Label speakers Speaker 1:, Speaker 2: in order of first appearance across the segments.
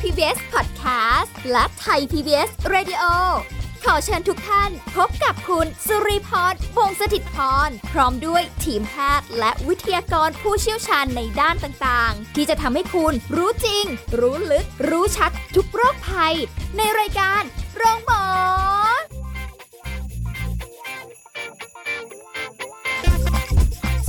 Speaker 1: PBS Podcast และไทย PBS Radio ขอเชิญทุกท่านพบกับคุณสุริพรวงศสถิตพร พร้อมด้วยทีมแพทย์และวิทยากรผู้เชี่ยวชาญในด้านต่างๆ ที่จะทำให้คุณรู้จริง รู้ลึก รู้ชัดทุกโรคภัย ในรายการโรงพยาบาล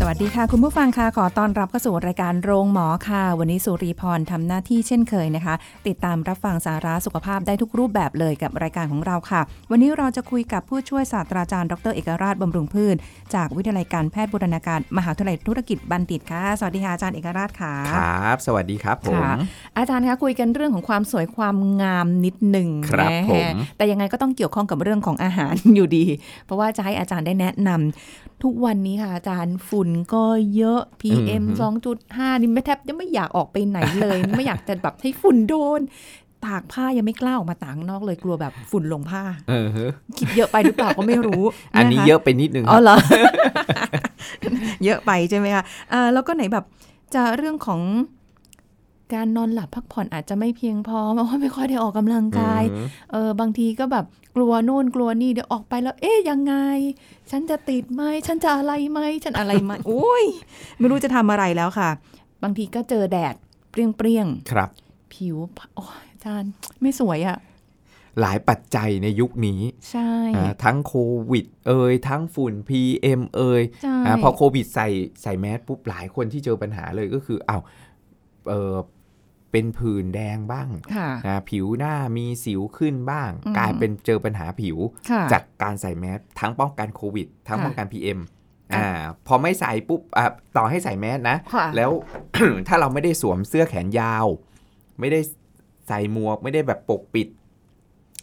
Speaker 2: สวัสดีค่ะ คุณผู้ฟังค่ะขอต้อนรับเข้าสู่รายการโรงหมอค่ะ วันนี้สุริพรทำหน้าที่เช่นเคยนะคะ ติดตามรับฟังสาระสุขภาพได้ทุกรูปแบบเลยกับรายการของเราค่ะ วันนี้เราจะคุยกับผู้ช่วยศาสตราจารย์ดรเอกราชบำรุงพืช จากวิทยาลัยการแพทย์บูรณาการมหาวิทยาลัยธุรกิจบัณฑิตค่ะ สวัสดีค่ะอาจารย์เอกราชค่ะ
Speaker 3: ครับ สวัสดีครับผม
Speaker 2: ค่ะอาจารย์คะคุยกันเรื่องของความสวยความงามนิดหนึ่ง
Speaker 3: ครับ
Speaker 2: แห
Speaker 3: ผม
Speaker 2: แต่ยังไงก็ต้องเกี่ยวข้องกับเรื่องของอาหาร อยู่ดี เพราะว่าจะให้อาจารย์ได้แนะนำทุกวันนี้ค่ะอาจารย์ฝุ่นก็เยอะ PM 2.5 นี่ไม่แทบจะไม่อยากออกไปไหนเลย ไม่อยากจะแบบให้ฝุ่นโดน ตากผ้ายังไม่กล้าออกมาตากข้างนอกเลยกลัวแบบฝุ่นลงผ้า
Speaker 3: เออฮะ
Speaker 2: คิดเยอะไปหรือเปล่าก็ไม่รู้
Speaker 3: อันนี้
Speaker 2: ค
Speaker 3: เยอะไปนิดนึงค
Speaker 2: อ๋
Speaker 3: รั
Speaker 2: อบ เหรอ เยอะไปใช่ไหมคะอ่าแล้วก็ไหนแบบจะเรื่องของการนอนหลับพักผ่อนอาจจะไม่เพียงพอ เพราะว่าไม่ค่อยได้ออกกำลังกาย
Speaker 3: อืม
Speaker 2: เออบางทีก็แบบกลัวโน่นกลัวนี่เดี๋ยวออกไปแล้ว เอ๊ยยังไง ฉันจะติดไหมฉันจะอะไรไหมฉันอะไรไหม โอ้ยไม่รู้จะทำอะไรแล้วค่ะ บางทีก็เจอแดดเปรี้ยง
Speaker 3: ครับ
Speaker 2: ๆผิวโอ้ยอาจารย์ไม่สวยอะ่ะ
Speaker 3: หลายปัจจัยในยุคนี้
Speaker 2: ใช่
Speaker 3: อ่าทั้งโควิด เอ่ยทั้งฝุ่น PM เอ่ย
Speaker 2: ใช่
Speaker 3: อ่าพอโควิดใส่ใส่แมสปุ๊บหลายคนที่เจอปัญหาเลยก็คืออ้าวเออเป็นผื่นแดงบ้าง
Speaker 2: ค่ะ
Speaker 3: นะผิวหน้ามีสิวขึ้นบ้าง
Speaker 2: อืม
Speaker 3: กลายเป็นเจอปัญหาผิว
Speaker 2: ค่ะ
Speaker 3: จากการใส่แมสทั้งป้องกันโควิด ทั้ง
Speaker 2: ค่ะ
Speaker 3: ป้องกัน PM
Speaker 2: ค่ะ
Speaker 3: อ่าพอไม่ใส่ปุ๊บอ่ะต่อให้ใส่แมสนะ
Speaker 2: ค่ะ
Speaker 3: แล้ว ถ้าเราไม่ได้สวมเสื้อแขนยาว ไม่ได้ใส่หมวก ไม่ได้แบบปกปิด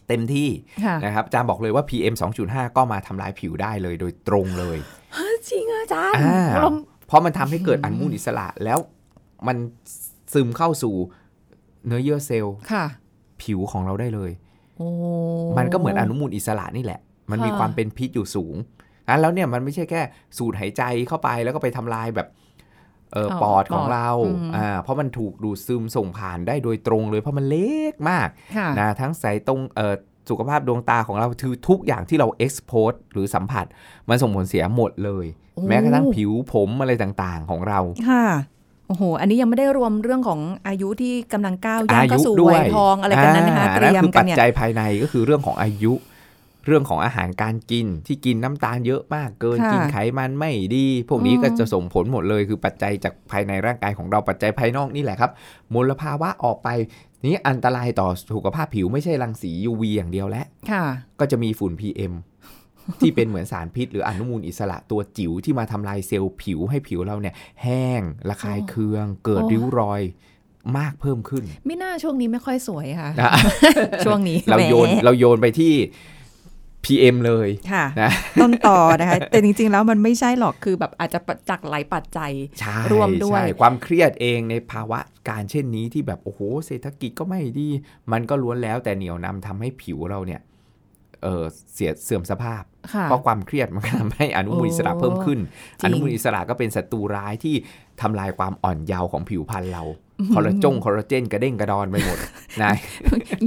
Speaker 3: เต็มที่
Speaker 2: ค่ะ
Speaker 3: นะครับอาจารย์บอกเลยว่า PM 2.5 ก็มาทำลายผิวได้เลยโดยตรงเลย
Speaker 2: เฮ้ยจริงเหรออาจารย์
Speaker 3: อ่า
Speaker 2: เรา
Speaker 3: เพราะมันทำให้เกิดอนุมูลอิสระแล้วมันซึมเข้าสู่เนื้อเยื่อเซลล์
Speaker 2: ค่ะ
Speaker 3: ผิวของเราได้เลย
Speaker 2: โอ้
Speaker 3: มันก็เหมือนอนุมูลอิสระนี่แหละ มันมี
Speaker 2: ค่ะ
Speaker 3: ความเป็นพิษอยู่สูงนะแล้วเนี่ยมันไม่ใช่แค่สูดหายใจเข้าไปแล้วก็ไปทำลายแบบเออ
Speaker 2: เอา
Speaker 3: ปอดขอ
Speaker 2: ป
Speaker 3: ง
Speaker 2: อด
Speaker 3: เรา
Speaker 2: อืม
Speaker 3: อ่าเพราะมันถูกดูดซึมส่งผ่านได้โดยตรงเลย เพราะมันเล็กมาก
Speaker 2: ค่ะ
Speaker 3: นะทั้งสายตรงเออสุขภาพดวงตาของเราคือทุกอย่างที่เราเอ็กซ์โพสหรือสัมผัส มันส่งผลเสียหมดเลย
Speaker 2: โอ้
Speaker 3: แม้กระทั่งผิวผมอะไรต่างๆของเรา
Speaker 2: ค่ะ โอ้โห อันนี้ยังไม่ได้รวมเรื่องของอายุที่กำลังก้าวย่าง
Speaker 3: อา
Speaker 2: เข้า
Speaker 3: ยุ
Speaker 2: สู่
Speaker 3: ด้ว
Speaker 2: วั
Speaker 3: ย
Speaker 2: ยทองอะไรกันนั้นนะคะ
Speaker 3: อ่า
Speaker 2: เตรียม
Speaker 3: คือ
Speaker 2: กัน
Speaker 3: ปัจ
Speaker 2: เนี่ย
Speaker 3: จัยภายในก็คือเรื่องของอายุ เรื่องของอาหารการกินที่กินน้ำตาลเยอะมากเกิน
Speaker 2: ค่ะ
Speaker 3: กินไขมันไม่ดี พวกนี้
Speaker 2: อืม
Speaker 3: ก็จะส่งผลหมดเลยคือปัจจัยจากภายในร่างกายของเราปัจจัยภายนอกนี่แหละครับมลภาวะออกไปนี้อันตรายต่อสุขภาพผิวไม่ใช่รังสี UV อย่างเดียวแล้ว
Speaker 2: ค่ะ
Speaker 3: ก็จะมีฝุ่น PM ที่เป็นเหมือนสารพิษ หรืออนุมูลอิสระตัวจิ๋วที่มาทำลายเซลล์ผิวให้ผิวเราเนี่ยแห้งระคายเคือง เกิด
Speaker 2: โอ้
Speaker 3: ริ้วรอยมากเพิ่มขึ้น
Speaker 2: ไม่น่าช่วงนี้ไม่ค่อยสวยค่ะ
Speaker 3: นะ
Speaker 2: ช่วงนี้
Speaker 3: เราโยน
Speaker 2: แหม
Speaker 3: เราโยนไปที่ PM เลย
Speaker 2: ค่ะ
Speaker 3: นะ
Speaker 2: ต้นต่อนะคะ แต่จริงๆ แล้วมันไม่ใช่หรอก คือแบบอาจจะจากหลายปัจจัย
Speaker 3: ใช่
Speaker 2: รวมด้วย
Speaker 3: ใช่ความเครียดเองในภาวะการเช่นนี้ที่แบบ โอ้โห เศรษฐกิจก็ไม่ดี มันก็ล้วนแล้วแต่เหนียวนำทำให้ผิวเราเนี่ยเออเสียเสื่อมสภาพ
Speaker 2: ค่ะ
Speaker 3: เพราะความเครียดมันก็ทำให้อนุมูลอิสระ
Speaker 2: โอ้
Speaker 3: เพิ่มขึ้น
Speaker 2: จริ
Speaker 3: อง นุมูลอิสระก็เป็นศัตรูร้ายที่ทำลายความอ่อนเยาว์ของผิวพรรณเราคอลลาจงคอลลาเจนกระเด้งกระดอนไป หมดนะ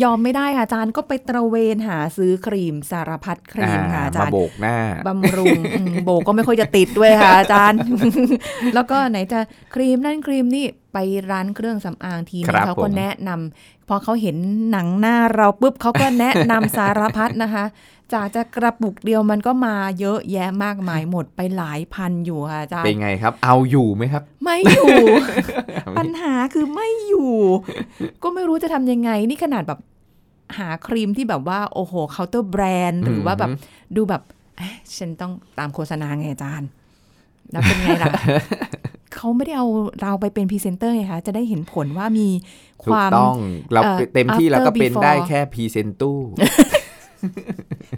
Speaker 2: ยอมไม่ได้ค่ะอาจารย์ก็ไปตระเวนหาซื้อครีมสารพัดครีมค่ะอาจาม
Speaker 3: าร
Speaker 2: ย์
Speaker 3: โบกหน้า
Speaker 2: บำรุงอืมโบก็ไม่ค่อยจะติดด้วยค่ะ อาจารย์ แล้วก็ไหนจะครีมนั่นครีมนี่ไปร้านเครื่องสำอางที
Speaker 3: ครั
Speaker 2: นี้
Speaker 3: บ
Speaker 2: เขาก็
Speaker 3: ผม
Speaker 2: แนะนำพอเขาเห็นหนังหน้าเราปุ๊บเขาก็แนะนำ สารพัดนะคะ จากจะกระปุกเดียวมันก็มาเยอะแยะมากมายหมดไปหลายพันอยู่ค่ะอาจาร
Speaker 3: เป็น
Speaker 2: ย์
Speaker 3: ไงครับ เอาอยู่ไหมครับ
Speaker 2: ไม่อยู่ ปัญหาคือไม่อยู่ ก็ไม่รู้จะทำยังไง นี่ขนาดแบบหาครีมที่แบบว่า โอ้โหเคาน์เตอร์แบรนด์หรือว่าแบบ ดูแบบเอ๊ะฉันต้องตามโฆษณาไงอาจารย์ แล้วเป็นไงล่ะ เขาไม่ได้เอาเราไปเป็นพรีเซนเตอร์ไงคะ จะได้เห็นผลว่ามีค
Speaker 3: ถูก
Speaker 2: วาม
Speaker 3: ต้องเรา
Speaker 2: เอ่อ
Speaker 3: เต็มที่
Speaker 2: after
Speaker 3: เราก็เป็น
Speaker 2: before
Speaker 3: ได้แค่พรีเซนตู้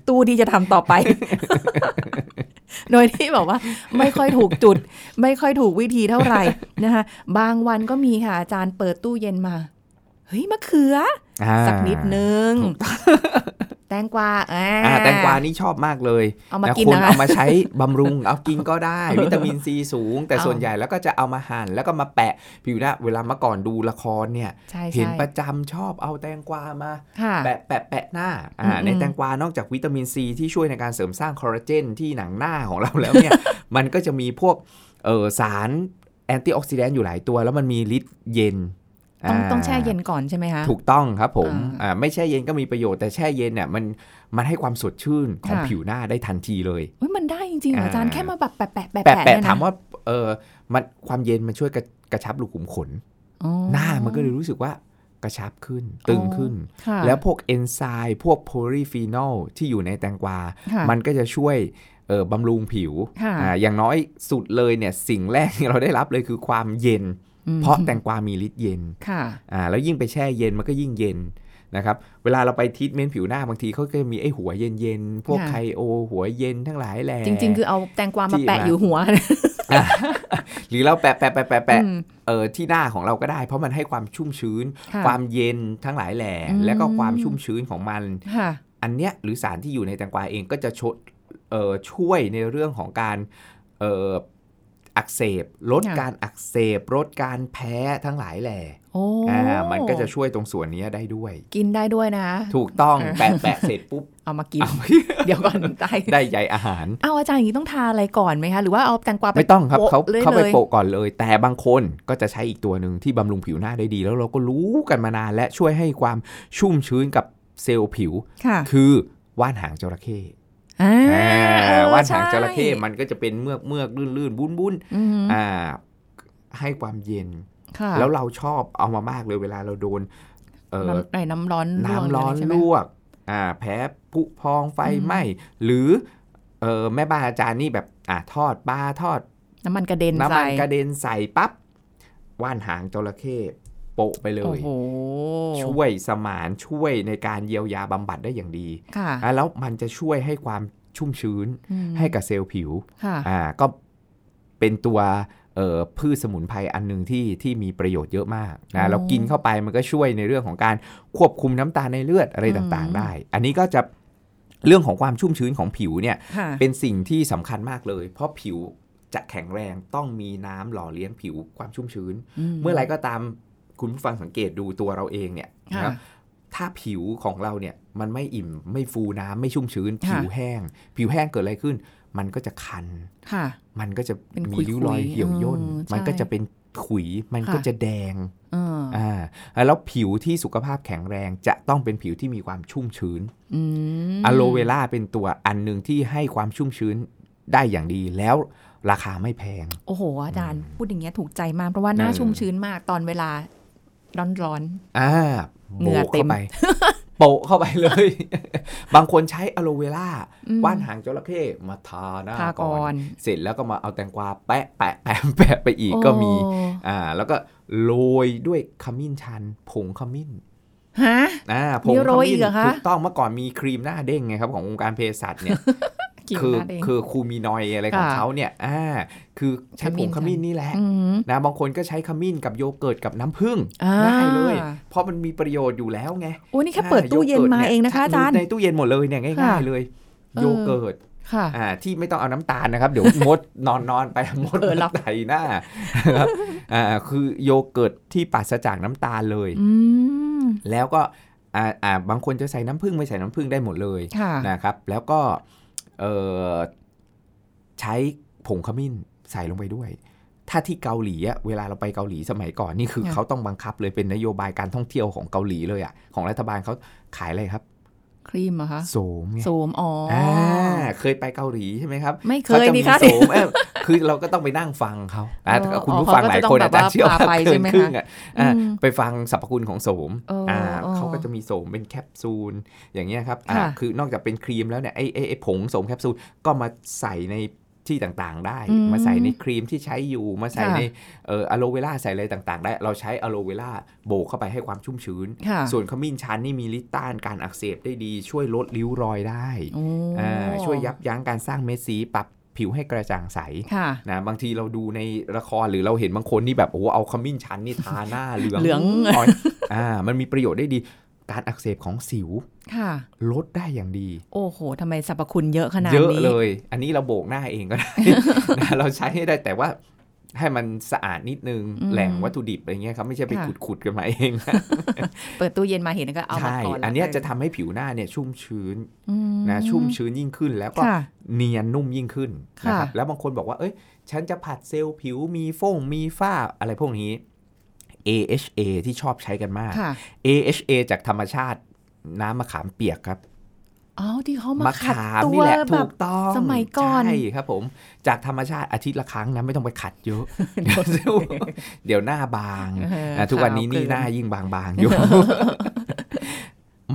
Speaker 2: ตู้ที่จะทำต่อไป โดยที่แบบว่า ไม่ค่อยถูกจุด ไม่ค่อยถูกวิธีเท่าไหร่นะคะ บางวันก็มีค่ะอาจารย์เปิดตู้เย็นมา เฮ้ยมะเขือ
Speaker 3: อ่า
Speaker 2: อสักนิดนึง แตงกวาอ่า
Speaker 3: อ่าแตงกวานี่ชอบมากเลย
Speaker 2: เอามา
Speaker 3: นะ
Speaker 2: กิน
Speaker 3: คุณ
Speaker 2: นะ
Speaker 3: เอา
Speaker 2: คะ
Speaker 3: มาใช้บำรุง เอากินก็ได้ วิตามินซีสูง แต่
Speaker 2: เอา
Speaker 3: ส่วนใหญ่แล้วก็จะเอามาหั่นแล้วก็มาแปะผิวหน้าเวลาเมื่อก่อนดูละครเนี่ย
Speaker 2: ใช่
Speaker 3: เห็น
Speaker 2: ใช่
Speaker 3: ประจำชอบเอาแตงกวามา
Speaker 2: ค่ะ
Speaker 3: แปะแปะแปะหน้า
Speaker 2: อืม
Speaker 3: อ่า
Speaker 2: อืม
Speaker 3: ในแตงกวานอกจากวิตามินซีที่ช่วยในการเสริมสร้างคอลลาเจนที่หนังหน้าของเราแล้ว เนี่ย มันก็จะมีพวกเออสารแอนตี้ออกซิแดนต์อยู่หลายตัว แล้วมันมีฤทธิ์เย็น
Speaker 2: ต้อง
Speaker 3: า
Speaker 2: ต้องแช่เย็นก่อนใช่ไหมคะ
Speaker 3: ถูกต้องครับผม
Speaker 2: อ่า
Speaker 3: อ่าไม่แช่เย็นก็มีประโยชน์แต่แช่เย็นเนี่ยมันมันให้ความสดชื่นของ
Speaker 2: ค่ะ
Speaker 3: ผิวหน้าได้ทันทีเลย
Speaker 2: เฮ้ยมันได้จริงๆเหรออาจารย์
Speaker 3: อ่า
Speaker 2: แค่มาแบบแปะแปะแปะ
Speaker 3: แปะแปะ
Speaker 2: เนี่ย
Speaker 3: ถาม
Speaker 2: นะ
Speaker 3: ว่าเออมันความเย็นมันช่วยกระกระชับรูขุมขน
Speaker 2: อ๋อ
Speaker 3: หน้ามันก็เลยรู้สึกว่ากระชับขึ้นตึงขึ้น
Speaker 2: ค่ะ
Speaker 3: แล้วพวกเอนไซม์พวกโพลีฟีนอลที่อยู่ในแตงกวา
Speaker 2: ค่ะ
Speaker 3: มันก็จะช่วยเอ่อบำรุงผิว
Speaker 2: ค่ะ
Speaker 3: อาอย่างน้อยสุดเลยเนี่ยสิ่งแรกที่เราได้รับเลยคือความเย็น
Speaker 2: อืม
Speaker 3: เพราะแตงกวามีฤทธิ์เย็น
Speaker 2: ค่ะ
Speaker 3: อ่าแล้วยิ่งไปแช่เย็นมันก็ยิ่งเย็นนะครับเวลาเราไปทรีทเมนต์ผิวหน้าบางทีเขาก็จะมีไอ้หัวเย็นๆ พวก
Speaker 2: ค่ะ
Speaker 3: ไคโอ หัวเย็นทั้งหลายแหละ
Speaker 2: จริง ๆ คือเอาแตงกวามา
Speaker 3: ที่
Speaker 2: แปะ
Speaker 3: มา
Speaker 2: อยู่หัวนะ
Speaker 3: ะหรือเราแปะแปะแปะแปะแปะ
Speaker 2: อืม
Speaker 3: เออที่หน้าของเราก็ได้ เพราะมันให้ความชุ่มชื้น
Speaker 2: ค่ะ
Speaker 3: ความเย็นทั้งหลายแหล่
Speaker 2: อืม
Speaker 3: แล้วก็ความชุ่มชื้นของมัน
Speaker 2: ค่ะ
Speaker 3: อันเนี้ยหรือสารที่อยู่ในแตงกวาเองก็จะชดเอ่อช่วยในเรื่องของการเอ่ออักเสบ ลดการอักเสบ ลดการแพ้ทั้งหลายแหล่
Speaker 2: โอ้
Speaker 3: อ่ามันก็จะช่วยตรงส่วนเนี้ยได้ด้วย
Speaker 2: กินได้ด้วยนะ
Speaker 3: ถูกต้อง
Speaker 2: เออ
Speaker 3: แปะแปะเสร็จปุ๊บ
Speaker 2: เอามากิน
Speaker 3: เอา
Speaker 2: เดี๋ยวก่อนตาย
Speaker 3: ได้ใยอาหาร
Speaker 2: เอาอาจารย์อย่างนี้ต้องทาอะไรก่อนไหมคะหรือว่าเอาแตงกวาป
Speaker 3: ไม่ต้องครับ
Speaker 2: โปะ
Speaker 3: เขา
Speaker 2: เลย
Speaker 3: เขาไป
Speaker 2: เลย
Speaker 3: โปะก่อนเลย แต่บางคนก็จะใช้อีกตัวหนึ่งที่บำรุงผิวหน้าได้ดี แล้วเราก็รู้กันมานานและช่วยให้ความชุ่มชื้นกับเซลล์ผิว
Speaker 2: ค่ะ
Speaker 3: คือว่านหางจระเข้
Speaker 2: อ่า
Speaker 3: อ่า
Speaker 2: เออ
Speaker 3: ว่านหางจระเข้
Speaker 2: ใช่
Speaker 3: มันก็จะเป็นเมือกเมือกลื่นลื่นบุ้นบุ้น
Speaker 2: อืม
Speaker 3: อ่า ให้ความเย็น
Speaker 2: ค่ะ
Speaker 3: แล้วเราชอบเอามามากเลยเวลาเราโดน เอ่อ
Speaker 2: น้ำไหนน้ำร้อนลวก
Speaker 3: น้ำร้อน
Speaker 2: ใช่ไหม
Speaker 3: ลวก อ่า แพ้ผุพองไฟไหม้หรือ เออแม่บ้านอาจารย์นี่แบบ อ่าทอดปลาทอด
Speaker 2: น้ำมันกระเด็น
Speaker 3: น้ำมัน
Speaker 2: ใส่
Speaker 3: กระเด็นใส่ปั๊บว่านหางจระเข้โปะไปเล
Speaker 2: โอ้
Speaker 3: ย
Speaker 2: โห
Speaker 3: ช่วยสมานช่วยในการเยียวยาบำบัดได้อย่างดี
Speaker 2: ค่ะ
Speaker 3: อ่ะแล้วมันจะช่วยให้ความชุ่มชื้น
Speaker 2: อืม
Speaker 3: ให้กับเซลล์ผิว
Speaker 2: ค่ะ
Speaker 3: อ่าก็เป็นตัวเอ่อพืชสมุนไพรอันหนึ่งที่ที่มีประโยชน์เยอะมากนะเรากินเข้าไปมันก็ช่วยในเรื่องของการควบคุมน้ำตาลในเลือดอะไรต่างๆ ได้ อันนี้ก็จะเรื่องของความชุ่มชื้นของผิวเนี่ย
Speaker 2: ค่ะ
Speaker 3: เป็นสิ่งที่สำคัญมากเลย เพราะผิวจะแข็งแรงต้องมีน้ำหล่อเลี้ยงผิวความชุ่มชื้น เมื่อไหรก็ตามคุณผู้ฟังสังเกตดูตัวเราเองเนี่ยนะ
Speaker 2: ค่ะ
Speaker 3: ครับ ถ้าผิวของเราเนี่ยมันไม่อิ่มไม่ฟูน้ำไม่ชุ่มชื้น
Speaker 2: ค่ะ
Speaker 3: ผิวแห้ง ผิวแห้งเกิดอะไรขึ้น มันก็จะคัน
Speaker 2: ค่ะ
Speaker 3: มันก็จะ
Speaker 2: เป็นขุ
Speaker 3: มี
Speaker 2: ยๆ
Speaker 3: ริ้วรอยเหี่ยวย่น
Speaker 2: เออใช่
Speaker 3: มันก็จะเป็นขุย มัน
Speaker 2: ค่ะ
Speaker 3: ก็จะแดง
Speaker 2: เออ
Speaker 3: อ่า แล้วผิวที่สุขภาพแข็งแรงจะต้องเป็นผิวที่มีความชุ่มชื้น
Speaker 2: อืม
Speaker 3: อะโลเวล่าเป็นตัวอันหนึ่งที่ให้ความชุ่มชื้นได้อย่างดี แล้วราคาไม่แพง
Speaker 2: โอ้โห อาจารย์พูดอย่างเงี้ยถูกใจมาก เพราะว่าหน้า
Speaker 3: เออ
Speaker 2: ชุ่มชื้นมากตอนเวลา ร้อน
Speaker 3: อ่า
Speaker 2: เหงื่อ
Speaker 3: โบก
Speaker 2: เต็
Speaker 3: เข้าม ไป โปะเข้าไป เลย บางคนใช้อะโลเวล่า
Speaker 2: ๆอืม
Speaker 3: ว่านหางจระเข้มาทาหน้า
Speaker 2: ทา
Speaker 3: ก่
Speaker 2: ก่
Speaker 3: อ
Speaker 2: อน น
Speaker 3: เสร็จแล้วก็มาเอาแตงกวาแปะแปะแปะแปะไปอีกก็มี
Speaker 2: โอ้
Speaker 3: อ่าแล้วก็โรยด้วยขมิ้นชัน ผงขมิ้น
Speaker 2: ฮะ
Speaker 3: อ่าผ
Speaker 2: มี
Speaker 3: งข
Speaker 2: โรยอีก
Speaker 3: มิ้น
Speaker 2: เหรอคะ
Speaker 3: ถูกต้องเมื่อก่อนมีครีมหน้าเด้งไงครับขององค์การเภสัชเนี่ย
Speaker 2: กิน
Speaker 3: คือ
Speaker 2: นั่นเอง
Speaker 3: คือคูมินอยอะไรของ
Speaker 2: ค่ะ
Speaker 3: เขาเนี่ยอ่าคือใช้ผง
Speaker 2: ขมิ้นชัน
Speaker 3: ขมิ้นนี่แหละ
Speaker 2: ม
Speaker 3: นะบางคนก็ใช้ขมิ้นกับโยเกิร์ตกับน้ำผึ้ง
Speaker 2: อ่า
Speaker 3: ได้เลย เพราะมันมีประโยชน์อยู่แล้วไง
Speaker 2: โอ้นี่แค่เปิดตู้เย็นมาเองนะคะอาจารย์
Speaker 3: ในตู้เย็นหมดเลยเนี่ยง่าย
Speaker 2: ค่ะ
Speaker 3: ๆเลย
Speaker 2: เออ
Speaker 3: โยเกิร์ต
Speaker 2: ค่ะ
Speaker 3: อ่าที่ไม่ต้องเอาน้ำตาลนะครับ เดี๋ยวมดนอนนอนไป มด
Speaker 2: เออหลับ
Speaker 3: ไถหน้าครับอ่าคือโยเกิร์ตที่ปราศจากน้ำตาลเลย
Speaker 2: อืม
Speaker 3: แล้วก็อ่าอ่าบางคนจะใส่น้ำผึ้งไม่ใส่น้ำผึ้งได้หมดเลย
Speaker 2: ค่ะ
Speaker 3: นะครับ แล้วก็เอ่อใช้ผงขมิ้นใส่ลงไปด้วย ถ้าที่เกาหลีอะเวลาเราไปเกาหลีสมัยก่อนนี่คือ
Speaker 2: ค่ะ
Speaker 3: เขาต้องบังคับเลยเป็นนโยบายการท่องเที่ยวของเกาหลีเลยอะของรัฐบาลเขาขายอะไรครับ
Speaker 2: ครีมเหรอคะ
Speaker 3: โสมไง
Speaker 2: โสมอ๋ออา
Speaker 3: เคยไปเเกาหลีใช่ไหมครับ
Speaker 2: ไม่เค
Speaker 3: เขา
Speaker 2: ย
Speaker 3: จะ
Speaker 2: ดี
Speaker 3: มี
Speaker 2: ค่ะ
Speaker 3: โสมเออคือเราก็ต้องไปนั่งฟังเขาอ่ะ
Speaker 2: เออ
Speaker 3: คุณผู้
Speaker 2: อ๋อ
Speaker 3: ฟัง
Speaker 2: เขาก็
Speaker 3: หลาย
Speaker 2: จะต้อง
Speaker 3: คน
Speaker 2: แบบ
Speaker 3: อาจจะ
Speaker 2: ว่า
Speaker 3: เชื่อว่า
Speaker 2: พาไป
Speaker 3: เกิ
Speaker 2: ใช่
Speaker 3: น
Speaker 2: ไหม
Speaker 3: ครึ่ง
Speaker 2: คะ
Speaker 3: อะอ่ะ
Speaker 2: อืม
Speaker 3: ไปฟังสรรพคุณของโสม
Speaker 2: เอออ่
Speaker 3: า
Speaker 2: เออ
Speaker 3: เขาก็จะมีโสมเป็นแคปซูล อย่างเงี้ยครับอ่า
Speaker 2: ค่ะ
Speaker 3: คือนอกจากเป็นครีมแล้วเนี่ยไอ้ไอ้ไอ้ผงโสมแคปซูลก็มาใส่ในที่ต่างๆ ได้
Speaker 2: อืม
Speaker 3: มาใส่ในครีมที่ใช้อยู่ มาใส่
Speaker 2: ค่ะ
Speaker 3: ในเอ่ออะโลเวล่าใส่อะไรต่างๆ ได้ เราใช้อะโลเวล่าโบกเข้าไปให้ความชุ่มชื้น
Speaker 2: ค่ะ
Speaker 3: ส่วนขมิ้นชันนี่มีฤทธิ์ต้านการอักเสบได้ดี ช่วยลดริ้วรอยได้
Speaker 2: โอ้
Speaker 3: อ่าช่วยยับยั้งการสร้างเม็ดสีปรับ ผิวให้กระจ่างใส
Speaker 2: ค่ะ
Speaker 3: นะบางทีเราดูในละครหรือเราเห็นบางคนนี่แบบโอ้โหเอาขมิ้นชันนี่ทาหน้า เหลือง
Speaker 2: เหลือง
Speaker 3: อ่อนอ่ามันมีประโยชน์ได้ดี การอักเสบของสิว
Speaker 2: ค่ะ
Speaker 3: ลดได้อย่างดี
Speaker 2: โอ้โหทำไมสรรพคุณเยอะขนาดนี้
Speaker 3: เยอะเลย อันนี้เราโบกหน้าเองก็ได้ นะเราใช้ให้ได้แต่ว่าให้มันสะอาดนิดนึง
Speaker 2: อืม
Speaker 3: แหล่งวัตถุดิบอะไรเงี้ยครับไม่ใช่ไป
Speaker 2: ค่ะ
Speaker 3: ขุดขุดๆกันมาเองนะ
Speaker 2: เปิดตู้เย็นมาเห็นก็เอามา
Speaker 3: ใช่
Speaker 2: ก่อนแล้ว
Speaker 3: อันเนี้ย
Speaker 2: กั
Speaker 3: จะทำให้ผิวหน้าเนี่ยชุ่มชื้น
Speaker 2: อื
Speaker 3: นะชุ่มชื้นยิ่งขึ้นแล้วก็
Speaker 2: ค่ะ
Speaker 3: เนียนนุ่มยิ่งขึ้นนะครับ
Speaker 2: ค่ะ
Speaker 3: แล้วบางคนบอกว่า เอ้ย ฉันจะผัดเซลล์ผิวมีฟ้งมีฝ้าอะไรพวกนี้ AHA ที่ชอบใช้กันมาก
Speaker 2: ค่ะ
Speaker 3: AHA จากธรรมชาติน้ำมะขามเปียกครับ
Speaker 2: อ๋อที่เขามาขัดตัว
Speaker 3: นี่แหละ
Speaker 2: แบ
Speaker 3: ถู
Speaker 2: บ
Speaker 3: กต้อง
Speaker 2: สมัยก่อน
Speaker 3: ใช่ครับผม จากธรรมชาติอาทิตย์ละครั้งนะไม่ต้องไปขัดเยอะ เดี๋ยวเซลล์เดี๋ยวหน้าบาง
Speaker 2: เออ
Speaker 3: นะทุกวันนี้
Speaker 2: ข
Speaker 3: นี่
Speaker 2: เกิ
Speaker 3: หน้ายิ่งบางๆอยู่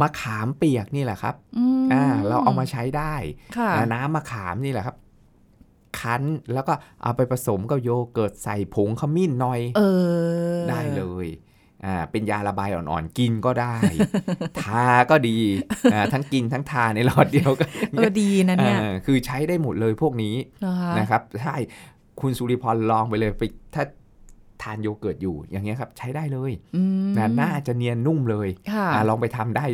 Speaker 3: มะขามเปียกนี่แหละครับ
Speaker 2: ม
Speaker 3: อ่าเราเอามาใช้ได้
Speaker 2: ค่ะ
Speaker 3: อ่าน้ำมะขามนี่แหละครับ คั้นแล้วก็เอาไปผสมกับโยเกิร์ตใส่ผงขมิ้นหน่อย
Speaker 2: เออ
Speaker 3: ได้เลยอ่าเป็นยาระบายอ่อนๆกินก็ ได้ ทาก็ดีอ่าทั้งกินทั้งทาในหลอดเดียวกัน
Speaker 2: เออดี นะเนี่ย
Speaker 3: อ่าคือใช้ได้หมดเลยพวกนี้
Speaker 2: นะคะ
Speaker 3: นะครับใช่คุณสุริพรลองไปเลยไปถ้าทานโยเกิร์ตอยู่อย่างเงี้ยครับ ใช้ได้เลย
Speaker 2: อืม
Speaker 3: นะหน้าจะเนียนนุ่มเลย
Speaker 2: ค่ะ
Speaker 3: อ่าลองไปทำได้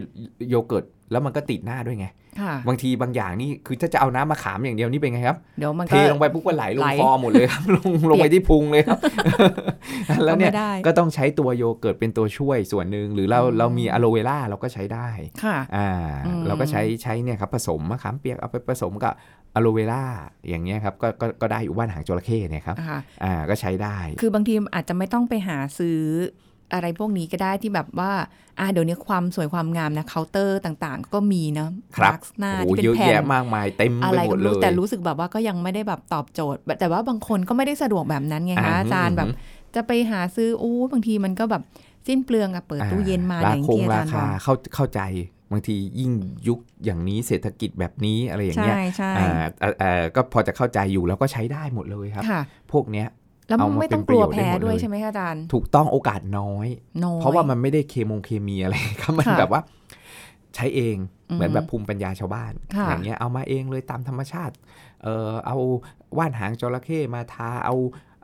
Speaker 3: โยเกิร์ตแล้วมันก็ติดหน้าด้วยไง
Speaker 2: ค่ะ
Speaker 3: บางทีบางอย่างนี่คือถ้าจะเอาน้ำมาขามอย่างเดียวนี่เป็นไงครับ
Speaker 2: เดี๋ยวมัน
Speaker 3: เท
Speaker 2: ก็
Speaker 3: ลงไปปุ๊บก็ไหลล
Speaker 2: ไห
Speaker 3: ง
Speaker 2: ล
Speaker 3: คอหมดเลยครับ ลงลงไปที่พุงเลย ครับ แล้วเนี่ย
Speaker 2: ก็ไม่ได้
Speaker 3: ก็ต้องใช้ตัวโยเกิร์ตเป็นตัวช่วยส่วนหนึ่งหรือเราเรามีอะโลเวล่าเราก็ใช้ได้
Speaker 2: ค่ะ
Speaker 3: อ่า
Speaker 2: อืม
Speaker 3: เราก็ใช้ใช้เนี่ยครับผสมมะขามเปียกเอาไปผสมกับอะโลเวล่าอย่างเงี้ยครับก็ก็ก็ได้อยู่บ้านหางจระเข้เนี่ยครับ
Speaker 2: ค่ะ
Speaker 3: อ่าก็ใช้ได้
Speaker 2: คือบางทีอาจจะไม่ต้องไปหาซื้ออะไรพวกนี้ก็ได้ที่แบบว่าอ่าเดี๋ยวนี้ความสวยความงามนะเคาน์เตอร์ต่างๆ ก็มีนะครับ มาก์หน้า
Speaker 3: โอ้โห
Speaker 2: ที่เป็น
Speaker 3: เยอะ
Speaker 2: แผ่
Speaker 3: แยะ
Speaker 2: น
Speaker 3: มากมายเต็ม
Speaker 2: อะ
Speaker 3: ไป
Speaker 2: ไร
Speaker 3: หม
Speaker 2: ก็
Speaker 3: ด
Speaker 2: ไม่
Speaker 3: เล
Speaker 2: รู้
Speaker 3: ย
Speaker 2: แต่รู้สึกแบบว่าก็ยังไม่ได้แบบตอบโจทย์ แต่ว่าบางคนก็ไม่ได้สะดวกแบบนั้นไงคะ
Speaker 3: อ่า
Speaker 2: อาจารย์
Speaker 3: อืม
Speaker 2: แบบจะไปหาซื้ออู้บางทีมันก็แบบสิ้นเปลืองอะเปิดตู้เย็นมา
Speaker 3: อ่
Speaker 2: อย่าง
Speaker 3: คง
Speaker 2: ที่อา
Speaker 3: รา
Speaker 2: จารย์บอ
Speaker 3: คา
Speaker 2: ก
Speaker 3: เข้าเข้าใจบางทียิ่งยุคอย่างนี้เศรษฐกิจแบบนี้อะไรอย่าง
Speaker 2: ใช่
Speaker 3: เงี้ย
Speaker 2: ใช่
Speaker 3: อ่าเอ่อเอ่อก็พอจะเข้าใจอยู่แล้วก็ใช้ได้หมดเลยครับ
Speaker 2: ค่ะ
Speaker 3: พวกเนี้ย
Speaker 2: แล้ว
Speaker 3: เอามา
Speaker 2: ไม่ต้อง
Speaker 3: เป็
Speaker 2: ก
Speaker 3: นประ
Speaker 2: ลัแพ้
Speaker 3: โยว ชน์ได้หมด
Speaker 2: ด้วย
Speaker 3: เลย
Speaker 2: ใช่ไหมคะอาจารย์
Speaker 3: ถูกต้องโอกาสน้อย
Speaker 2: น้อย
Speaker 3: เพราะว่ามันไม่ได้เคมงเคมีอะไร ครับมัน
Speaker 2: ค่ะ
Speaker 3: แบบว่าใช้เองเหมือน
Speaker 2: อือฮึ
Speaker 3: แบบภูมิปัญญาชาวบ้าน
Speaker 2: ค่ะ
Speaker 3: อย่างเงี้ยเอามาเองเลยตามธรรมชาติ เออเอาว่านหางจระเข้มาทาเอา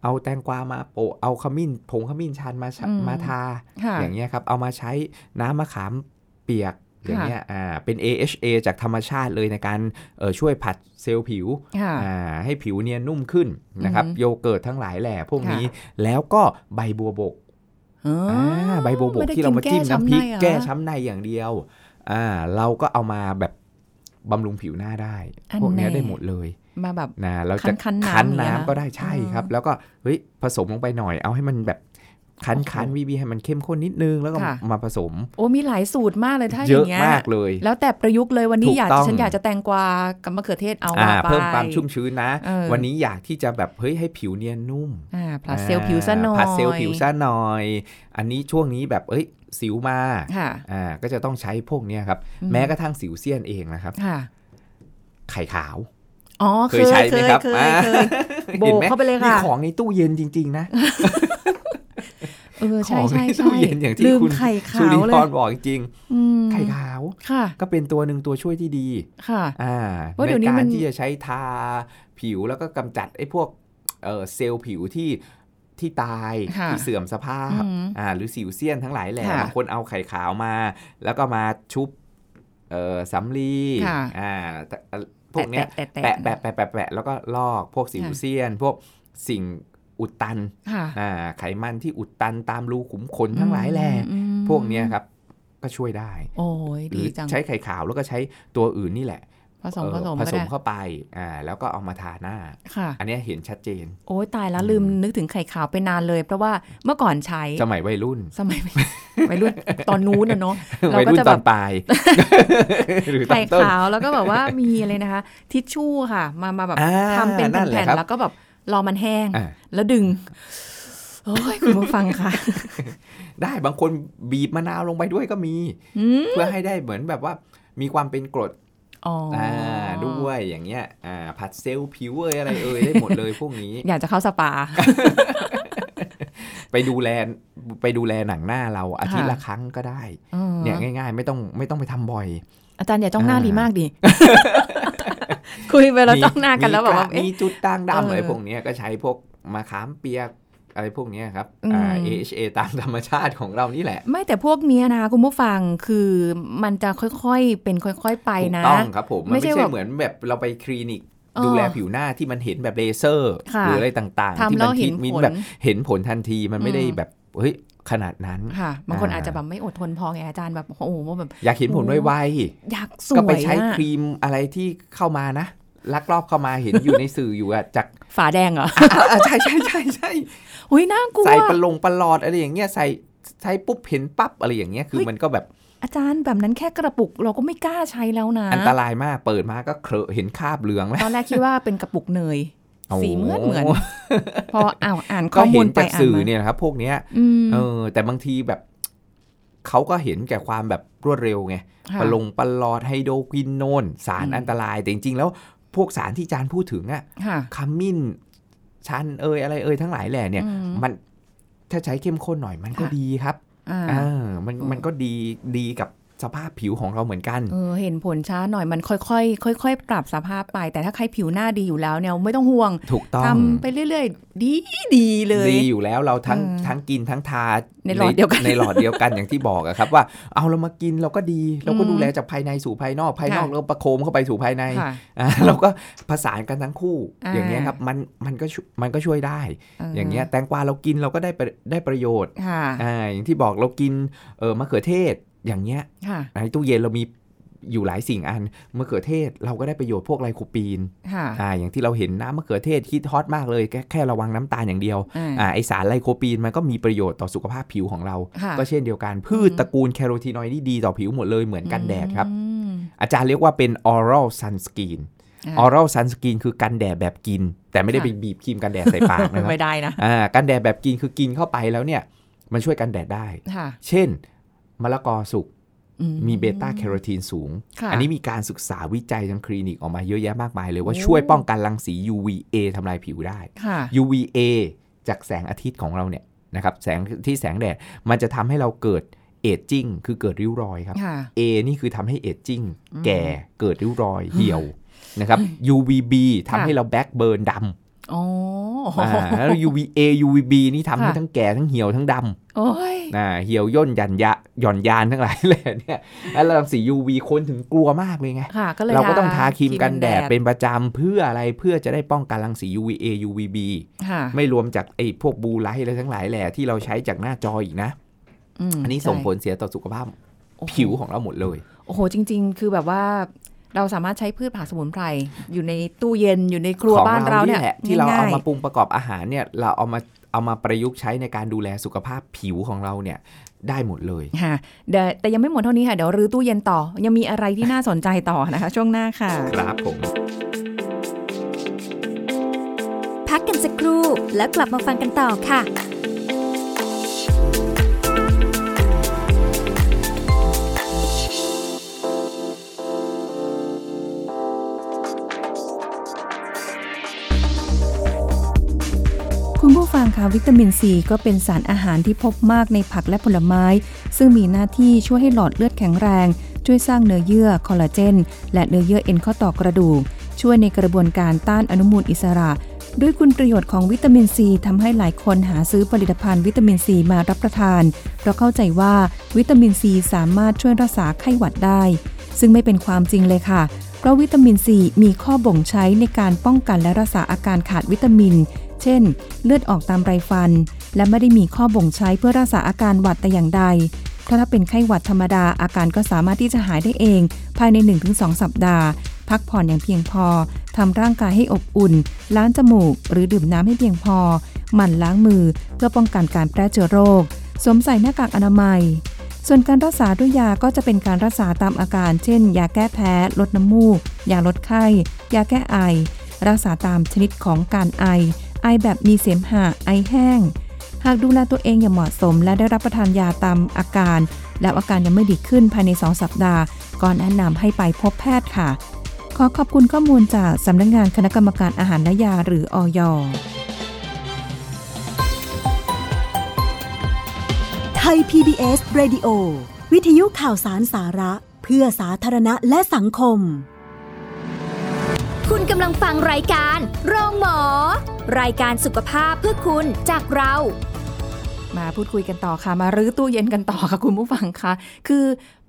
Speaker 3: เอาแตงกวามาโปะเอาขมิ้นผงขมิ้นชันมาชะ
Speaker 2: อืม
Speaker 3: มาทา
Speaker 2: ค่ะ
Speaker 3: อย่างเงี้ยครับเอามาใช้น้ำมะขามเปียกอย่างเงี้ยอ่าเป็น AHA จากธรรมชาติเลยในการเอ่อช่วยผัดเซลล์ผิว
Speaker 2: ค่ะ
Speaker 3: อ่าให้ผิวเนียนนุ่มขึ้นนะครับ
Speaker 2: อือหือ
Speaker 3: โยเกิร์ตทั้งหลายแหล่พวกนี้
Speaker 2: ค่ะ
Speaker 3: แล้วก็ใบบัวบก
Speaker 2: อ๋ออ
Speaker 3: าใบบัวบกที่เรามาจิ้มน้ำพริกแก้ช้ำในอย่างเดียวอ่าเราก็เอามาแบบบำรุงผิวหน้าได้
Speaker 2: อัน
Speaker 3: พวกเนี้ย
Speaker 2: แน่
Speaker 3: ได้หมดเลย
Speaker 2: มาแบบ
Speaker 3: นะเราจะ
Speaker 2: คั้นๆน้ำ
Speaker 3: คั้น
Speaker 2: อย่างเงี้ยนะ
Speaker 3: น้ำก็ได้ใช่ครับ แล้วก็เฮ้ยผสมลงไปหน่อยเอาให้มันแบบคั้น
Speaker 2: โอ้โห
Speaker 3: คั้นวีบีให้มันเข้มข้นนิดนึงแล้วก็
Speaker 2: ค่ะ
Speaker 3: มาผสม
Speaker 2: โอ้มีหลายสูตรมากเลยถ้าอ
Speaker 3: เย
Speaker 2: ย่าง
Speaker 3: อะ
Speaker 2: เงี้ย
Speaker 3: มากเลย
Speaker 2: แล้วแต่ประยุกต์เลยวัน
Speaker 3: ถู
Speaker 2: นี้
Speaker 3: ก
Speaker 2: อยาก
Speaker 3: ต้อง
Speaker 2: ฉันอยากจะแตงกวากับมะเขือเทศเอา
Speaker 3: อ่า
Speaker 2: ว่าไป
Speaker 3: เพิ่มความชุ่มชื้นนะ
Speaker 2: เออ
Speaker 3: วันนี้อยากที่จะแบบเฮ้ยให้ผิวเนียนนุ่ม
Speaker 2: อ่าผลัดเซลล์ผิวซะหน่อย
Speaker 3: อ่าผัดเซลล์ผิวซะหน่อย อันนี้ช่วงนี้แบบเอ้ยสิวมา
Speaker 2: ค่ะ
Speaker 3: อ่าก็จะต้องใช้พวกเนี้ยครับ
Speaker 2: อืม
Speaker 3: แม้กระทั่งสิวเซียนเองนะครับ
Speaker 2: ค่ะ
Speaker 3: ไข่ขาว
Speaker 2: อ๋อ
Speaker 3: เคยใช้ไหมครับ
Speaker 2: เคย
Speaker 3: อ่า
Speaker 2: เคยโบ
Speaker 3: ห็น
Speaker 2: ก
Speaker 3: หม
Speaker 2: เข้าไปเลย
Speaker 3: นี่
Speaker 2: ค่ะ
Speaker 3: ของในตู้เย็นจริง ๆ นะ
Speaker 2: เออใช่
Speaker 3: ของ
Speaker 2: ใช่
Speaker 3: ในตู้
Speaker 2: ใช่
Speaker 3: เย็นอย่างที่
Speaker 2: ลืม
Speaker 3: คุณ
Speaker 2: ไข่
Speaker 3: สุ
Speaker 2: ขาว
Speaker 3: ริ
Speaker 2: เล
Speaker 3: พ
Speaker 2: ย
Speaker 3: รบอกจริง
Speaker 2: อืม
Speaker 3: ๆไข่ขาว
Speaker 2: ค่ะ
Speaker 3: ก็เป็นตัวหนึ่งตัวช่วยที่ดี
Speaker 2: ค่ะ
Speaker 3: อ่า
Speaker 2: ว่าเดี๋ยวนี้
Speaker 3: ใน
Speaker 2: มั
Speaker 3: การ
Speaker 2: น
Speaker 3: ที่จะใช้ทาผิวแล้วก็กำจัดไอ้พวกเอ่อเซลล์ผิวที่ที่ตาย
Speaker 2: ค่ะ
Speaker 3: ที่เสื่อมสภาพ
Speaker 2: อืม
Speaker 3: อ่าหรือสิวเซียนทั้งหลายแหละ
Speaker 2: ค่ะ
Speaker 3: บางคนเอาไข่ขาวมา แล้วก็มาชุบเอ่อสำลี
Speaker 2: ค่ะ
Speaker 3: อ่าแต่พวกเนี้ย
Speaker 2: แปะ
Speaker 3: แปะแปะแปะแปะแปะแล้วก็ลอกพวกสิวเซียน พวกสิ่งอุดตัน
Speaker 2: ค่ะ
Speaker 3: อ่าไขมันที่อุดตันตามรูขุมขนทั้งหลายแหละ
Speaker 2: อืม
Speaker 3: พวกเนี้ยครับก็ช่วยได้
Speaker 2: โอ้ย
Speaker 3: หรื
Speaker 2: ดี
Speaker 3: อ
Speaker 2: จัง
Speaker 3: ใช้ไข่ขาวแล้วก็ใช้ตัวอื่นนี่แหละ
Speaker 2: ผสม
Speaker 3: เอ่อ
Speaker 2: ผสม
Speaker 3: ผ
Speaker 2: ก็ได้
Speaker 3: สมเข้าไปอ่าแล้วก็เอามาทาหน้า
Speaker 2: ค่ะ
Speaker 3: อันเนี้ยเห็นชัดเจน
Speaker 2: โอ้ยตายแล้ว
Speaker 3: อืม
Speaker 2: ลืมนึกถึงไข่ขาวไปนานเลย เพราะว่าเมื่อก่อนใช้
Speaker 3: สมัยวัยรุ่น
Speaker 2: สมัย วัยรุ่นตอนนู้นน่ะเนาะ เรา
Speaker 3: วัย
Speaker 2: ก็
Speaker 3: รุ่น
Speaker 2: จะ
Speaker 3: ต
Speaker 2: แบ
Speaker 3: อน
Speaker 2: บ
Speaker 3: ปลาย หรือตอ
Speaker 2: ไข่
Speaker 3: นต้น
Speaker 2: ขาวแล้วก็แบบว่ามีอะไรนะคะ ทิชชู่ค่ะ มามาแบบ
Speaker 3: อ่า
Speaker 2: ทำเป็น
Speaker 3: นั่นแห
Speaker 2: แผ่
Speaker 3: ละ
Speaker 2: น
Speaker 3: ค
Speaker 2: ๆ
Speaker 3: รับ
Speaker 2: แล้วก็แบบรอมันแห้ง
Speaker 3: อ่า
Speaker 2: แล้วดึงโอ้ยคุณผู้ฟังค่ะ
Speaker 3: ได้บางคนบีบมะนาวลงไปด้วยก็มี
Speaker 2: อืม
Speaker 3: เพื่อให้ได้เหมือนแบบว่ามีความเป็นกรด
Speaker 2: อ๋ออ
Speaker 3: ด้วยอย่างเงี้ยอ่าผัดเซลล์ผิวเอยอะไรเอยได้หมด เลยพวกนี้
Speaker 2: อยากจะเข้าส ปา
Speaker 3: ไปดูแลไปดูแลหนังหน้าเราอาทิตย์ละครั้งก็ได้
Speaker 2: อืม
Speaker 3: เนี่ยง่าย ๆ ไม่ต้องไม่ต้องไปทำบ่อย
Speaker 2: อาจารย์อย่าจ้องหน้า
Speaker 3: อ่า
Speaker 2: ดีมากดิ คุยไปแล้วจ้องหน้ากันแล้วแบบว่า
Speaker 3: มี
Speaker 2: เอ๊ะ
Speaker 3: มีจุดต่าง
Speaker 2: เอ
Speaker 3: ดำ
Speaker 2: อ
Speaker 3: อะไรพวกเนี้ยก็ใช้พวกมะขามเปียกอะไรพวกเนี้ยครับ
Speaker 2: อืม
Speaker 3: อ่า AHA ตามธรรมชาติของเรานี่แหละ
Speaker 2: ไม่แต่พวกเนี้ยนะคุณผู้ฟังคือมันจะค่อยๆเป็นค่อยๆไป
Speaker 3: ถูก
Speaker 2: นะ
Speaker 3: ต้องครับผม มัน
Speaker 2: ไม่
Speaker 3: ไม่
Speaker 2: ใช่
Speaker 3: ใช่
Speaker 2: แบบ
Speaker 3: เหมือนแบบเราไปคลินิก
Speaker 2: เออ
Speaker 3: ดูแลผิวหน้าที่มันเห็นแบบเลเซอร์
Speaker 2: ค่ะ
Speaker 3: หรืออะไรต่างๆ
Speaker 2: ทำ
Speaker 3: ที่มั
Speaker 2: แล้วเห็น
Speaker 3: มิน
Speaker 2: ผล
Speaker 3: แบบเห็นผลทันทีมันไม่ได้
Speaker 2: อืม
Speaker 3: แบบเฮ้ยขนาดนั้น
Speaker 2: ค่ะบางคน
Speaker 3: อ่า
Speaker 2: อาจจะแบบไม่อดทนพอไงอาจารย์แบบโอ้โหว่าแบบ
Speaker 3: อยากเห็นผล
Speaker 2: โอ้
Speaker 3: ไว
Speaker 2: อยากสวย
Speaker 3: ๆก็ไปใช้
Speaker 2: อะ
Speaker 3: ครีมอะไรที่เข้ามานะลักลอบเข้ามาเห็นอยู่ในสื่ออยู่อะ จาก
Speaker 2: ฝาแดงเหรอ
Speaker 3: อ่ะอ่ะใช่ใช่ใช่ใช่
Speaker 2: อุ้ยน่ากลัว
Speaker 3: ใส่ประลงประหลอดอะไรอย่างเงี้ยใส่ใช้ปุ๊บเห็นปั๊บอะไรอย่างเงี้ยคือ
Speaker 2: เฮ้ย
Speaker 3: มันก็แบบ
Speaker 2: อาจารย์แบบนั้นแค่กระปุกเราก็ไม่กล้าใช้แล้วนะ
Speaker 3: อันตรายมากเปิดมาก็เคอะเห็นคราบเหลืองแล้ว
Speaker 2: ตอนแรกคิดว่าเป็นกระปุกเน ย สีเหมือนเหมือน
Speaker 3: โโ
Speaker 2: พออ้าวอ่านข้
Speaker 3: ก็
Speaker 2: อมู
Speaker 3: เห็
Speaker 2: ล
Speaker 3: น
Speaker 2: ไป
Speaker 3: จาก
Speaker 2: อ่าน
Speaker 3: สื่อ
Speaker 2: มา
Speaker 3: เนี่ยนะครับพวกเนี้ย
Speaker 2: อืม
Speaker 3: เออแต่บางทีแบบเขาก็เห็นแก่ความแบบรวดเร็วไง
Speaker 2: ค่ะ
Speaker 3: ประลงประหลอดไฮโดรควินโนนสาร
Speaker 2: อืม
Speaker 3: อันตรายแต่จริงๆแล้วพวกสารที่อาจารย์พูดถึงอะ
Speaker 2: ค่ะ
Speaker 3: ขมิ้นชันเอยอะไรเอยทั้งหลายแหล่เนี่ย
Speaker 2: อืม
Speaker 3: มันถ้าใช้เข้มข้นหน่อยมันก็
Speaker 2: ค่ะ
Speaker 3: ดีครับ
Speaker 2: อ่า
Speaker 3: อ่ามัน
Speaker 2: อืม
Speaker 3: มันก็ดีดีกับสภาพผิวของเราเหมือนกัน
Speaker 2: เออเห็นผลช้าหน่อยมันค่อยๆค่อยๆปรับสภาพไป แต่ถ้าใครผิวหน้าดีอยู่แล้วเนี่ยไม่ต้องห่วง
Speaker 3: ถูกต้อง
Speaker 2: ทำไปเรื่อยๆ ดีดีเลย
Speaker 3: ดีอยู่แล้วเราทั้ง
Speaker 2: เออ
Speaker 3: ทั้งกินทั้งทา
Speaker 2: ในหลอดเดียวกัน
Speaker 3: ในหลอดเดียวกัน อย่างที่บอกอะครับ ว่าเอาเรามากินเราก็ดี เราก็
Speaker 2: อืม
Speaker 3: ดูแลจากภายในสู่ภายนอกภายนอก
Speaker 2: ค่ะ
Speaker 3: เราประโคมเข้าไปสู่ภายใน
Speaker 2: ค่ะ
Speaker 3: อ่า เราก็ผสานกันทั้งคู่
Speaker 2: อ่า
Speaker 3: อย่างเงี้ยครับมันมันก็ช่วยมันก็ช่วยได้ อย่างเงี้ยแตงกวาเรากินเราก็ได้ประได้ประโยชน์
Speaker 2: ค่ะ
Speaker 3: อ่าอย่างที่บอกเรากินเออมะเขือเทศอย่างเงี้ย
Speaker 2: ค่ะ
Speaker 3: ในตู้เย็นเรามีอยู่หลายสิ่งอันมะเขือเทศเราก็ได้ประโยชน์พวกไลโคปีน
Speaker 2: ค่ะ
Speaker 3: อ่าอย่างที่เราเห็นน้ำมะเขือเทศฮิตฮอตมากเลย แค่แค่ระวังน้ำตาลอย่างเดียว
Speaker 2: อ่า
Speaker 3: อ่าไอสารไลโคปีนมันก็มีประโยชน์ต่อสุขภาพผิวของเรา
Speaker 2: ค่ะ
Speaker 3: ก็เช่นเดียวกัน พืชตระกูลแคโรทีนอยด์นี่ดีต่อผิวหมดเลยเหมือนกันแดดครับ
Speaker 2: อืม
Speaker 3: อาจารย์เรียกว่าเป็น oral sunscreen
Speaker 2: า
Speaker 3: oral sunscreen คือกันแดดแบบกิน แต่ไม่ได้
Speaker 2: ค่ะ
Speaker 3: ไปบีบครีมกันแดดใส่ปากนะครับ
Speaker 2: ไม่ได้นะ
Speaker 3: อ่ากันแดดแบบกินคือกินเข้าไปแล้วเนี่ยมันช่วยกันแดดได้
Speaker 2: ค่ะ
Speaker 3: เช่นมะละกอสุก
Speaker 2: อื
Speaker 3: มีเบต้าแคโรทีนสูง
Speaker 2: ค่ะ
Speaker 3: อันนี้มีการศึกษาวิจัยทางคลินิกออกมาเยอะแยะมากมายเลยว่า
Speaker 2: โอ้
Speaker 3: ช่วยป้องกันรังสี UVA ทำลายผิวได้
Speaker 2: ค่ะ
Speaker 3: UVA จากแสงอาทิตย์ของเราเนี่ยนะครับแสงที่แสงแดด มันจะทำให้เราเกิดเอจจิ้งคือเกิดริ้วรอยครับ
Speaker 2: ค่ะ
Speaker 3: A นี่คือทำให้เอจจิ้ง
Speaker 2: อืม
Speaker 3: แก่เกิดริ้วรอยเหี่ยวนะครับ UVB ทำให้เราแบล็คเบิร์นดำ
Speaker 2: อ๋อ
Speaker 3: อ่าแล้ว UVA UVB นี่ทำให้ทั้งแก่ทั้งเหี่ยวทั้งดำ
Speaker 2: โอ้ย
Speaker 3: อ่าเหี่ยวย่นหยันยะหย่อนยานทั้งหลายเลยเนี่ยแล้วรังสี UV คนถึงกลัวมากเลยไง
Speaker 2: ค่ะ ก็เลย
Speaker 3: เราก็ต้องทาครีมกันแดด
Speaker 2: เป็น
Speaker 3: เป็นประจำเพื่ออะไรเพื่อจะได้ป้องกันรังสี UVA UVB
Speaker 2: ค่ะ
Speaker 3: ไม่รวมจากไอ้พวกบลูไลท์อะไรทั้งหลายแหละที่เราใช้จากหน้าจออีกนะ
Speaker 2: ม
Speaker 3: อันนี้ส่งผลเสียต่อสุขภาพ
Speaker 2: โอ้โห
Speaker 3: ผิวของเราหมดเลย
Speaker 2: โอ้โห จริง ๆ คือแบบว่า เราสามารถใช้พืชผักสมุนไพร อยู่ในตู้เย็นอยู่ในครัว
Speaker 3: ของ
Speaker 2: บ้านเราเนี่ย
Speaker 3: แหละที่เราเอา
Speaker 2: ง่
Speaker 3: มาย ปรุงประกอบอาหารเนี่ยเราเอามาเอามาประยุกต์ใช้ในการดูแลสุขภาพผิวของเราเนี่ยได้หมดเลย
Speaker 2: ๆค่ะเดี๋ยวแต่ยังไม่หมดเท่านี้ค่ะ เดี๋ยวรื้อตู้เย็นต่อ ยังมีอะไรที่น่าสนใจต่อนะคะ ช่วงหน้าค่ะ
Speaker 3: ครับผม
Speaker 1: พักกันสักครู่ แล้วกลับมาฟังกันต่อค่ะ
Speaker 2: คุณผู้ฟังคะวิตามินซีก็เป็นสารอาหารที่พบมากในผักและผลไม้ ซึ่งมีหน้าที่ช่วยให้หลอดเลือดแข็งแรง ช่วยสร้างเนื้อเยื่อคอลลาเจน และเนื้อเยื่อเอ็นข้อต่อกระดูก ช่วยในกระบวนการต้านอนุมูลอิสระ ด้วยคุณประโยชน์ของวิตามินซีทำให้หลายคนหาซื้อผลิตภัณฑ์วิตามินซีมารับประทาน เพราะเข้าใจว่าวิตามินซีสามารถช่วยรักษาไข้หวัดได้ ซึ่งไม่เป็นความจริงเลยค่ะ เพราะวิตามินซีมีข้อบ่งใช้ในการป้องกันและรักษาอาการขาดวิตามิน เช่น เลือดออกตามไรฟัน และไม่ได้มีข้อบ่งใช้เพื่อรักษาอาการหวัดแต่อย่างใด เพราะถ้าเป็นไข้หวัดธรรมดาอาการก็สามารถที่จะหายได้เอง ภายใน 1-2 สัปดาห์ พักผ่อนอย่างเพียงพอทำร่างกายให้อบอุ่น ล้างจมูก หรือดื่มน้ำให้เพียงพอหมั่นล้างมือ เพื่อป้องกันการแพร่เชื้อโรค สวมใส่หน้ากากอนามัย ส่วนการรักษาด้วยยาก็จะเป็นการรักษาตามอาการ เช่น ยาแก้แพ้ ลดน้ำมูก ยาลดไข้ ยาแก้ไอ รักษาตามชนิดของการไอ ไอแบบมีเสมหะ ไอแห้ง หากดูแลตัวเองอย่างเหมาะสม และได้รับประทานยาตามอาการ แล้วอาการยังไม่ดีขึ้นภายใน 2 สัปดาห์ ก่อนแนะนำให้ไปพบแพทย์ค่ะ ขอขอบคุณข้อมูลจากสำนักงงานคณะกรรมการอาหารและยาหรืออยอ
Speaker 4: ไทย PBS Radio วิทยุข่าวสารสาระ เพื่อสาธารณะและสังคม
Speaker 1: คุณกำลังฟังรายการโรงหมอ รายการสุขภาพเพื่อคุณจากเรา
Speaker 2: มาพูดคุยกันต่อค่ะ มารื้อตู้เย็นกันต่อค่ะ คุณผู้ฟังคะคือ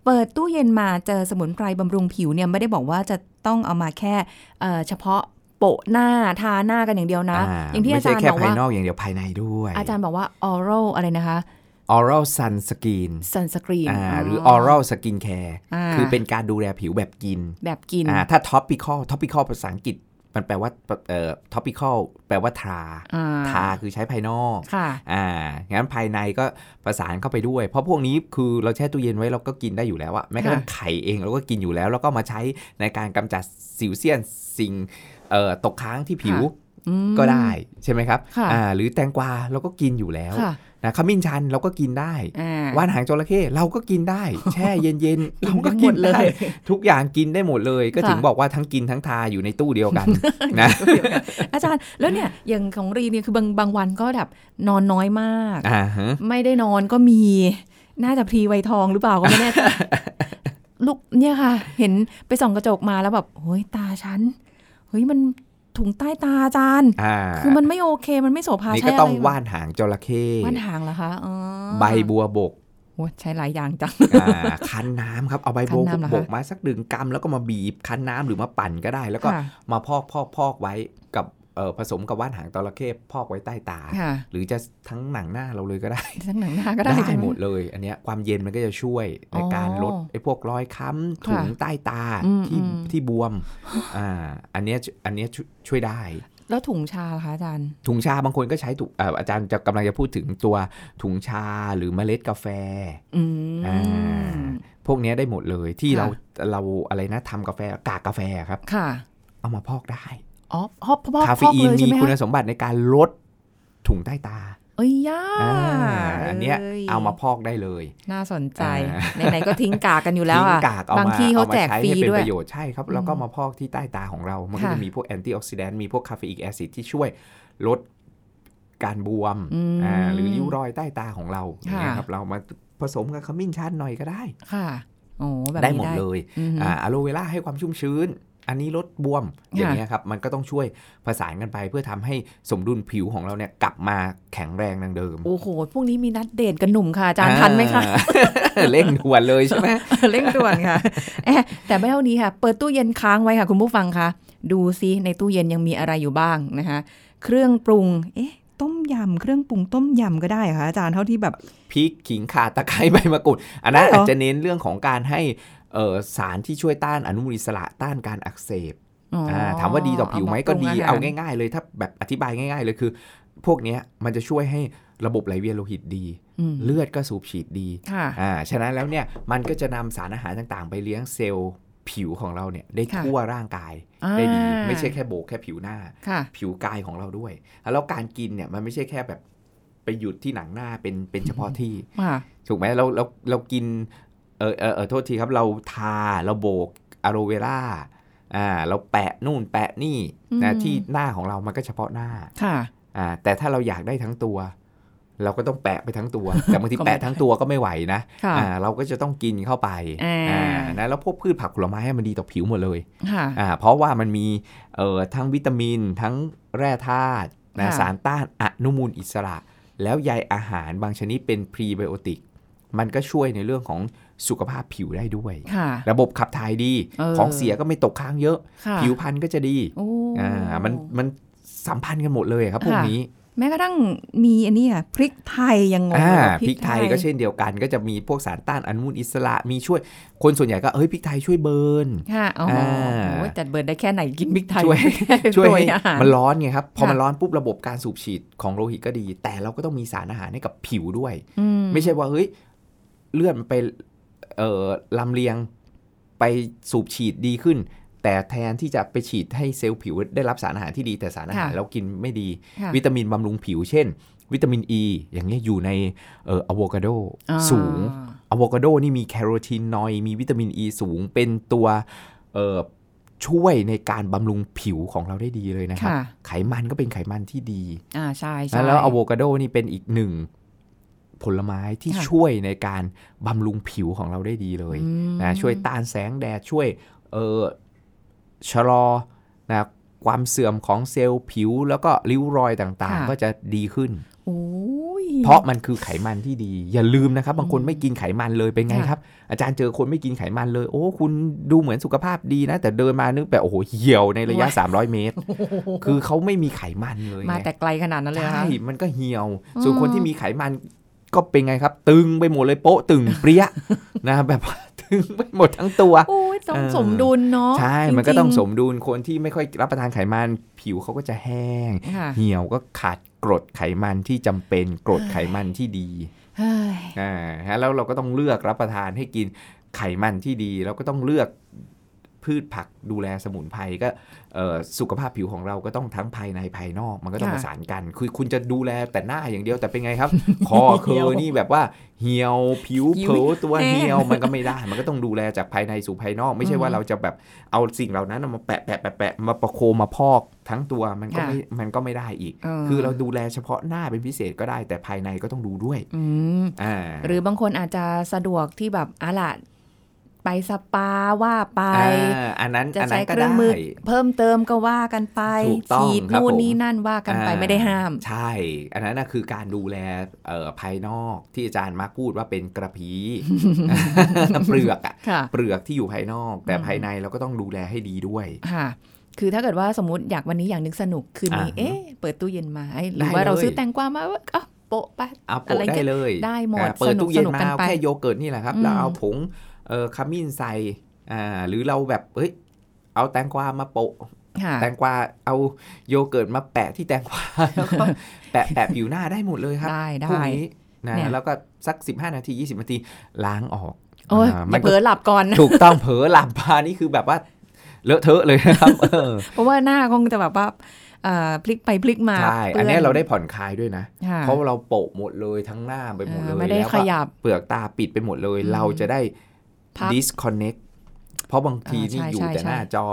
Speaker 2: เปิดตู้เย็นมาเจอสมุนไพรบำรุงผิวเนี่ยไม่ได้บอกว่าจะต้องเอามาแค่เอ่อเฉพาะโปะหน้าทาหน้ากันอย่างเดียวนะ
Speaker 3: อ่า
Speaker 2: อย่างที่อาจารย์
Speaker 3: ไม่ใช่แค่
Speaker 2: บอก
Speaker 3: ภาย
Speaker 2: ว่าน
Speaker 3: อกอย่างเดียวภายในด้วย
Speaker 2: อาจารย์บอกว่า oral อะไรนะคะ
Speaker 3: oral sun skin
Speaker 2: sunscreen
Speaker 3: อ่าหรือ oral skin care
Speaker 2: อ่า
Speaker 3: คือเป็นการดูแลผิวแบบกิน
Speaker 2: แบบกิน
Speaker 3: อ่าถ้า topical topical ภาษาอังกฤษ มันแปลว่าเอ่อ topical แปลว่าทา
Speaker 2: อ่า
Speaker 3: ทาคือใช้ภายนอก
Speaker 2: ค่ะ
Speaker 3: อ่า งั้นภายในก็ประสานเข้าไปด้วย เพราะพวกนี้คือเราแช่ตู้เย็นไว้เราก็กินได้อยู่แล้วอะแม้กระทั่งไข่เองเราก็กินอยู่แล้ว แล้วก็มาใช้ในการกำจัดสิวเซียนสิ่งเอ่อตกค้างที่ผิว
Speaker 2: ค่ะ อืม
Speaker 3: ก็ได้ใช่ไหมครับ
Speaker 2: ค่ะ
Speaker 3: อ่า หรือแตงกวาเราก็กินอยู่แล้ว
Speaker 2: ค่ะ
Speaker 3: นะขมิ้นชันเราก็กินได้
Speaker 2: อ่า
Speaker 3: ว่านหางจระเข้เราก็กินได้ แช่เย็นๆ เราก็
Speaker 2: กิ
Speaker 3: กิ
Speaker 2: น
Speaker 3: น
Speaker 2: ได้หมด
Speaker 3: ได้
Speaker 2: เลย
Speaker 3: ทุกอย่างกินได้หมดเลย ก็
Speaker 2: ค่ะ
Speaker 3: ถึงบอกว่าทั้งกินทั้งทาอยู่ในตู้เดียว กันนะ
Speaker 2: อาจารย์แล้วเนี่ยอย่างของรีเนี่ยคือบางบางวันก็แบบนอนน้อยมาก
Speaker 3: อ่าฮะ
Speaker 2: ไม่ได้นอนก็มี น่าจะพรีไวทองหรือเปล่าก็ไม่แน่ ใจ ลูกเนี่ยค่ะ เห็นไปส่องกระจกมาแล้วแบบเฮ้ยตาฉัน เฮ้ยมันถุงใต้ตาอาจารย์
Speaker 3: อ่า
Speaker 2: คือมันไม่โอเคมันไม่โสภา
Speaker 3: นี่
Speaker 2: ใช้
Speaker 3: ก็
Speaker 2: อะไร
Speaker 3: ต้องว่านหางจระเข้
Speaker 2: ว่านหางเหรอคะอ๋อ
Speaker 3: ใบบัวบก
Speaker 2: โอ้ยใช้หลายอย่างจัง
Speaker 3: อ่า คั้นน้ำครับ เอาใบโบก
Speaker 2: คั้นน้ำเหรอคะ
Speaker 3: บกมาสักดึงกำแล้วก็มาบีบคั้นน้ำหรือมาปั่นก็ได้ แล้วก็
Speaker 2: ค่ะ
Speaker 3: มาพอกพอกพอกไว้กับเอ่อผสมกับว่านหางตระเข้พอกไว้ใต้ตา
Speaker 2: ค่ะ
Speaker 3: หรือจะทั้งหนังหน้าเราเลยก็ได้
Speaker 2: ทั้งหนังหน้าก็ได้ใช่ไ
Speaker 3: หมดเลย อันเนี้ยความเย็นมันก็จะช่วยในการลด
Speaker 2: อ๋อ
Speaker 3: ไอ้พวกรอยค้ำ
Speaker 2: ค่ะ
Speaker 3: ถุงใต้ตา
Speaker 2: อืม
Speaker 3: ที่
Speaker 2: อืม
Speaker 3: ที่บวมอ่าอันเนี้ยอันเนี้ยช่วยช่วยได้
Speaker 2: แล้วถุงชาล่ะคะอาจารย์
Speaker 3: ถุงชาบางคนก็ใช้ถุงเอ่ออาจารย์จะกำลังจะพูดถึงตัวถุงชาหรือเมล็ดกาแฟ
Speaker 2: อื
Speaker 3: อ่า
Speaker 2: ม
Speaker 3: พวกเนี้ยได้หมดเลยที่
Speaker 2: ค่ะ
Speaker 3: เราเราอะไรนะทำกาแฟกากกาแฟครับ
Speaker 2: ค่ะ
Speaker 3: เอามาพอกได้
Speaker 2: อ๋อพอกพอก
Speaker 3: คาเฟ
Speaker 2: พอก
Speaker 3: อีน
Speaker 2: เลยใช่
Speaker 3: มี
Speaker 2: ไหม
Speaker 3: คุณ
Speaker 2: คะ
Speaker 3: สมบัติในการลดถุงใต้ตา
Speaker 2: เอ้ยย่า
Speaker 3: อ่าอันเนี้ย
Speaker 2: ย
Speaker 3: เอามาพอกได้เลย
Speaker 2: น่าสนใจ
Speaker 3: อ่า
Speaker 2: ไหนๆก็ทิ้งกากกันอยู่แล้ว
Speaker 3: ทิ้
Speaker 2: อ่ะ
Speaker 3: งกากเอา
Speaker 2: บาง
Speaker 3: มา
Speaker 2: ที่เขา
Speaker 3: อม
Speaker 2: แจก
Speaker 3: ใช้
Speaker 2: ฟรี
Speaker 3: ให้เป็น
Speaker 2: ด้วย
Speaker 3: ประโยชน์ใช่ครับ
Speaker 2: อืม
Speaker 3: แล้วก็มาพอกที่ใต้ตาของเรา มันก็
Speaker 2: ค่ะ
Speaker 3: จะมีพวกแอนตี้ออกซิแดนต์มีพวกคาเฟอีนแอซิดที่ช่วยลดการบวม
Speaker 2: อืม
Speaker 3: อ่าหรือริ้วรอยใต้ตาของเราอย่างเงี้ย
Speaker 2: ค่ะ
Speaker 3: ครับเรามาผสมกับขมิ้นชันหน่อยก็ได้
Speaker 2: ค่ะโอ้แบบ
Speaker 3: ได้
Speaker 2: นี้
Speaker 3: หมดเลย
Speaker 2: อืม
Speaker 3: อ่าอะโลเวล่าให้ความชุ่มชื้น อันนี้ลดบวม อย่าง
Speaker 2: ค่ะ
Speaker 3: เงี้ยครับ มันก็ต้องช่วยผสานกันไปเพื่อทำให้สมดุลผิวของเราเนี่ยกลับมาแข็งแรงดังเดิม
Speaker 2: โอ้โห พวกนี้มีนัดเดทกันหนุ่มค่ะอาจารย์ทันไหมคะ
Speaker 3: อ่า เร่งด่วนเลยใช่ไหม
Speaker 2: เร่งด่วน ค่ะแอะแต่ไม่เท่านี้ค่ะ เปิดตู้เย็นค้างไว้ค่ะ คุณผู้ฟังคะ ดูซิในตู้เย็นยังมีอะไรอยู่บ้างนะคะ เครื่องปรุง เอ๊ะ ต้มยำ เครื่องปรุงต้มยำก็ได้เหรอค่ะอาจารย์เท่าที่แบบ
Speaker 3: พริกขิงข่าตะไคร้ใบมะกรูด อันนั้น
Speaker 2: ได้เหรอ
Speaker 3: อาจจะเน้นเรื่องของการให้เอ่อสารที่ช่วยต้านอนุมูลอิสระต้านการอักเสบ
Speaker 2: อ๋ออา
Speaker 3: ถามว่าดีต่อผิวไหมก็ดี
Speaker 2: ปรุหร
Speaker 3: เอาง่าย ๆ เลย ถ้าแบบอธิบายง่าย ๆ เลยคือ พวกเนี้ยมันจะช่วยให้ระบบไหลเวียนโลหิตดี
Speaker 2: อืม
Speaker 3: เลือดก็สูบฉีดดี
Speaker 2: ค่ะ
Speaker 3: อ่า ฉะนั้นแล้วเนี่ย มันก็จะนำสารอาหารต่างๆ ไปเลี้ยงเซลล์ผิวของเราเนี่ย ได้
Speaker 2: ค่ะ
Speaker 3: ทั่วร่างกาย
Speaker 2: อ่า
Speaker 3: ได้ดี ไม่ใช่แค่โบกแค่ผิวหน้า
Speaker 2: ค่ะ
Speaker 3: ผิวกายของเราด้วย แล้วการกินเนี่ย มันไม่ใช่แค่แบบไปหยุดที่หนังหน้าเป็นเป็นเฉพาะที่
Speaker 2: ค่ะ
Speaker 3: ถูกไหมเราเราเรากิน เออเออเออโทษทีครับ เราทา เราโบกอะโรเวล่า อ่า เราแปะนู่นแปะนี่นะ
Speaker 2: อืม
Speaker 3: ที่หน้าของเรา มันก็เฉพาะหน้า
Speaker 2: ค่ะ
Speaker 3: อ่าแต่ถ้าเราอยากได้ทั้งตัว เราก็ต้องแปะไปทั้งตัว แต่บางที
Speaker 2: ก็ไม่
Speaker 3: แปะทั้งตัวก็ไม่ไหวนะ
Speaker 2: ค่ะ
Speaker 3: อ่าเราก็จะต้องกินเข้าไป
Speaker 2: อ่า
Speaker 3: นะแล้วพวกพืชผักผลไม้มันดีต่อผิวหมดเลย
Speaker 2: ค่ะ
Speaker 3: อ่าเพราะว่ามันมีเอ่อทั้งวิตามิน ทั้งแร่ธาตุนะ
Speaker 2: ค่ะ
Speaker 3: สารต้านอนุมูลอิสระ แล้วใยอาหารบางชนิดเป็นพรีไบโอติก มันก็ช่วยในเรื่องของสุขภาพผิวได้ด้วย
Speaker 2: ค่ะ
Speaker 3: ระบบขับถ่ายดี
Speaker 2: เออ
Speaker 3: ของเสียก็ไม่ตกค้างเยอะ
Speaker 2: ค่ะ
Speaker 3: ผิวพรรณก็จะดี
Speaker 2: โอ้
Speaker 3: อ่ามันมันสัมพันธ์กันหมดเลยครับพวก
Speaker 2: ค่ะ
Speaker 3: นี้
Speaker 2: แม้กระทั่งมีอันนี้อ่ะพริกไทยยังงง
Speaker 3: อ่า
Speaker 2: เลยว่
Speaker 3: พริกไทยก็เช่นเดียวกัน ก็จะมีพวกสารต้านอนุมูลอิสระมีช่วยคนส่วนใหญ่ก็เอ้ยพริกไทยช่วยเบิร์น
Speaker 2: ค่ะอ๋ออา โอ้ยจัดเบิร์นได้แค่ไหนกินพริกไทย
Speaker 3: ช่วย
Speaker 2: เป็น
Speaker 3: ช่วย
Speaker 2: ตัว
Speaker 3: ให้
Speaker 2: อาหาร
Speaker 3: มันร้อนไงครับ พอ
Speaker 2: ค่ะ
Speaker 3: มันร้อนปุ๊บระบบการสูบฉีดของโลหิตก็ดี แต่เราก็ต้องมีสารอาหารให้กับผิวด้วย
Speaker 2: อื
Speaker 3: ไม่ใช่ว่าเฮ้ยเลือดมันไปเอ่อลำเลียงไปสูบฉีดดีขึ้น แต่แทนที่จะไปฉีดให้เซลล์ผิวได้รับสารอาหารที่ดีแต่สารอาหารเรากินไม่ดี
Speaker 2: ค่ะ
Speaker 3: วิตามินบำรุงผิวเช่น วิตามินอ e, ีอย่างเงี้ยอยู่ในเอ่ออะโวคาโด
Speaker 2: อ่า
Speaker 3: สูง อะโวคาโดนี่มีแคโรทีนอยด์มีวิตามินอ e ีสูงเป็นตัวเอ่อช่วยในการบำรุงผิวของเราได้ดีเลยนะครับ
Speaker 2: ค่ะ
Speaker 3: ไขมันก็เป็นไขมันที่ดี
Speaker 2: อ่าใช่ใช่
Speaker 3: แล้วอะโวคาโดนี่เป็นอีกหนึ่งผลไม้ที่
Speaker 2: ค่ะ
Speaker 3: ช่วยในการบำรุงผิวของเราได้ดีเลย
Speaker 2: อืม
Speaker 3: นะช่วยต้านแสงแดดช่วยเออชะลอ นะความเสื่อมของเซลล์ผิวแล้วก็ริ้วรอยต่าง
Speaker 2: ค่ะ
Speaker 3: ๆ ก็จะดีขึ้น
Speaker 2: โอ้ย
Speaker 3: เพราะมันคือไขมันที่ดี อย่าลืมนะครับ บางคนไม่กินไขมันเลยเป็นไง
Speaker 2: ค่ะ
Speaker 3: ครับ อาจารย์เจอคนไม่กินไขมันเลย โอ้ คุณดูเหมือนสุขภาพดีนะ แต่เดินมานึกแบบโอ้โหเหี่ยวในระยะ 300 เม ตร คือเขาไม่มีไขมันเลย
Speaker 2: มา
Speaker 3: ไง
Speaker 2: แต่ไกลขนาดนั้นเลยเหรอ
Speaker 3: ใช่
Speaker 2: ค่ะ
Speaker 3: มันก็เหี่ยว
Speaker 2: อืม
Speaker 3: ส่วนคนที่มีไขมันก็เป็นไงครับ ตึงไปหมดเลยโป๊ะตึงเปรี้ย นะแบบว่าตึงไปหมดทั้งตัว
Speaker 2: โอ้ยต้อง
Speaker 3: เออ
Speaker 2: สมดุลเนาะ
Speaker 3: ใช่ มันก็ต้องส
Speaker 2: จ
Speaker 3: มดุลคนที่ไม่ค่อยรับประทานไขมันผิวเขาก็จะแห้ง
Speaker 2: ริงๆค่ะ
Speaker 3: เหี่ยวก็ขาดกรดไขมันที่จำเป็นกรดไขมันที่ดี
Speaker 2: เฮ้ย
Speaker 3: อ่าฮะแล้วเราก็ต้องเลือกรับประทานให้กินไขมันที่ดี แล้วก็ต้องเลือกพืชผักดูแลสมุนไพรก็เอ่อสุขภาพผิวของเราก็ต้องทั้งภายในภายนอก มันก็ต้อง
Speaker 2: ค่ะ
Speaker 3: ประสานกัน คือคุณจะดูแลแต่หน้าอย่างเดียวแต่เป็นไง ครับ คอเคอนี่แบบว่าเหี่ยวผิวเผลอตัวเหี่ยวมันก็ไม่ได้ มันก็ต้องดูแลจากภายในสู่ภายนอก ไม่ใช่ว่าเราจะแบบเอาสิ่งเหล่านั้นเอามาแปะแปะแปะแปะมาประโคมมาพอกทั้งตัวมันก็ไม่มันก็ไม่ได้อีก
Speaker 2: เออ
Speaker 3: คือเราดูแลเฉพาะหน้าเป็นพิเศษก็ได้แต่ภายในก็ต้องดูด้วย
Speaker 2: อืม
Speaker 3: อ่า
Speaker 2: หรือบางคนอาจจะสะดวกที่แบบอะล่ะไปสปาว่าไป
Speaker 3: อ่าอันนั้น
Speaker 2: จะ
Speaker 3: อันนั้
Speaker 2: ใช้
Speaker 3: นก็
Speaker 2: เครื่อ
Speaker 3: ได้
Speaker 2: งมือเพิ่มเติมก็ว่ากันไป
Speaker 3: ถูกต้อง
Speaker 2: ฉีด
Speaker 3: ครับ
Speaker 2: นู่น
Speaker 3: ผม
Speaker 2: นี่นั่นว่ากันไป
Speaker 3: อ่
Speaker 2: ไม่ได้ห้าม
Speaker 3: ใช่ อันนั้นนะคือการดูแลเอ่อภายนอกที่อาจารย์มักพูดว่าเป็นกระพี เปลือกอะ
Speaker 2: ค่ะ
Speaker 3: เปลือกที่อยู่ภายนอก แต่
Speaker 2: อืม
Speaker 3: ภายในเราก็ต้องดูแลให้ดีด้วย
Speaker 2: ค่ะ คือถ้าเกิดว่าสมมติอยากวันนี้อยากนึกสนุกคืนนี้
Speaker 3: อ่าฮะ
Speaker 2: เอ๊ะ เปิดตู้เย็นมาเอ้ยห
Speaker 3: ได้
Speaker 2: รือว่าเรา
Speaker 3: เลย
Speaker 2: ซื้อแตงกวามาว่าเอ้าโปะไป
Speaker 3: เอา
Speaker 2: อะ
Speaker 3: โปะ
Speaker 2: ไร
Speaker 3: ได้เลย
Speaker 2: ได้หมด
Speaker 3: อ่าเปิ
Speaker 2: ส
Speaker 3: ด
Speaker 2: นุก
Speaker 3: ตู้เย็น
Speaker 2: สนุก
Speaker 3: มา
Speaker 2: กัน
Speaker 3: เอา
Speaker 2: ไป
Speaker 3: แค่โยเกิร์ตนี่แหละครับ
Speaker 2: อืม
Speaker 3: เราเอาผงเอ่อขมิ้นใส่อ่าหรือเราแบบเอ้ยเอาแตงกวามาโปะ
Speaker 2: ค่ะ
Speaker 3: แตงกวาเอาโยเกิร์ตมาแปะที่แตงก วาแล้วก็แปะแปะผิวหน้าได้หมดเลยครับ
Speaker 2: ได้ได้
Speaker 3: พรุ่งนี้นะ
Speaker 2: เนี่ย
Speaker 3: แล้วก็สัก 15 นาที 20 นาที ล้างออก
Speaker 2: โอ้ย
Speaker 3: า
Speaker 2: อ
Speaker 3: มัน
Speaker 2: ย่าเผ
Speaker 3: ก็
Speaker 2: ลอหลับก่อน นะ
Speaker 3: ถูกต้องเผลอหลับพานี่คือแบบว่า เลอะเทอะเลยนะครับ เออ
Speaker 2: เพราะว่าหน้าคงจะแบบว่าเอ่อพลิกไปพลิกมา
Speaker 3: ใช่
Speaker 2: ปื้
Speaker 3: อันเนี้ยเราได้ผ่อนคลายด้วยนะ
Speaker 2: ค่ะ
Speaker 3: เพราะเราโปะหมดเลยทั้งหน้าไปหมดเล
Speaker 2: อ่าย ไม่ได้
Speaker 3: แล้ว
Speaker 2: ข
Speaker 3: ก็
Speaker 2: ยับ
Speaker 3: เปลือกตาปิดไปหมดเลย
Speaker 2: อืม
Speaker 3: เราจะได้
Speaker 2: พัก
Speaker 3: disconnect เพราะบางที
Speaker 2: อ่า
Speaker 3: นี่
Speaker 2: ใช่
Speaker 3: อยู่
Speaker 2: ใช่
Speaker 3: แต่หน้าจอ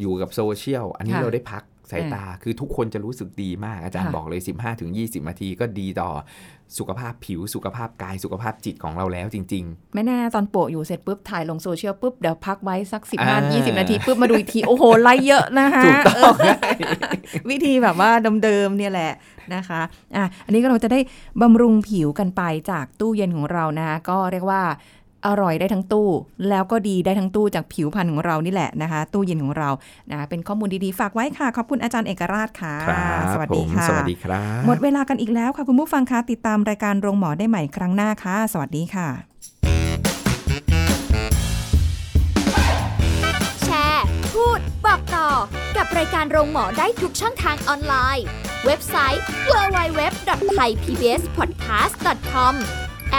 Speaker 3: อยู่กับโซเชียลอันนี้
Speaker 2: ค่ะ
Speaker 3: เราได้พักสายตาคือทุกคนจะรู้สึกดีมากอาจารย์
Speaker 2: ค่ะ
Speaker 3: บอกเลย 15-20 นาทีก็ดีต่อสุขภาพผิวสุขภาพกายสุขภาพจิตของเราแล้วจริง ๆ
Speaker 2: ไม่แน่นะตอนโปะอยู่เสร็จปุ๊บ ถ่ายลงโซเชียลปุ๊บ เดี๋ยวพักไว้สัก 1
Speaker 3: อ่า
Speaker 2: 5 20 นาทีปุ๊บ มาดูอีกที โอ้โห ไลค์เยอะนะคะ
Speaker 3: ถูกต้องนะ
Speaker 2: เออวิธีแบบว่าเดิมๆเนี่ยแหละนะคะอ่ะอันนี้ก็เราจะได้บำรุงผิวกันไปจากตู้เย็นของเรานะคะก็เรียกว่าอร่อยได้ทั้งตู้ แล้วก็ดีได้ทั้งตู้จากผิวพรรณของเรานี่แหละนะคะ ตู้เย็นของเรานะเป็นข้อมูลดีๆ ฝากไว้ค่ะ ขอบคุณอาจารย์เอกราชค่ะ
Speaker 3: ครับ
Speaker 2: สวัส
Speaker 3: ผ
Speaker 2: ดี
Speaker 3: ม
Speaker 2: ค่ะ
Speaker 3: สวัสดีครับ
Speaker 2: หมดเวลากันอีกแล้วค่ะ คุณผู้ฟังคะติดตามรายการโรงหมอได้ใหม่ครั้งหน้าค่ะ สวัสดีค่ะ
Speaker 1: แชร์ พูด บอกต่อ กับรายการโรงหมอได้ทุกช่องทางออนไลน์ เว็บไซต์ www.thaipbspodcast.com แอ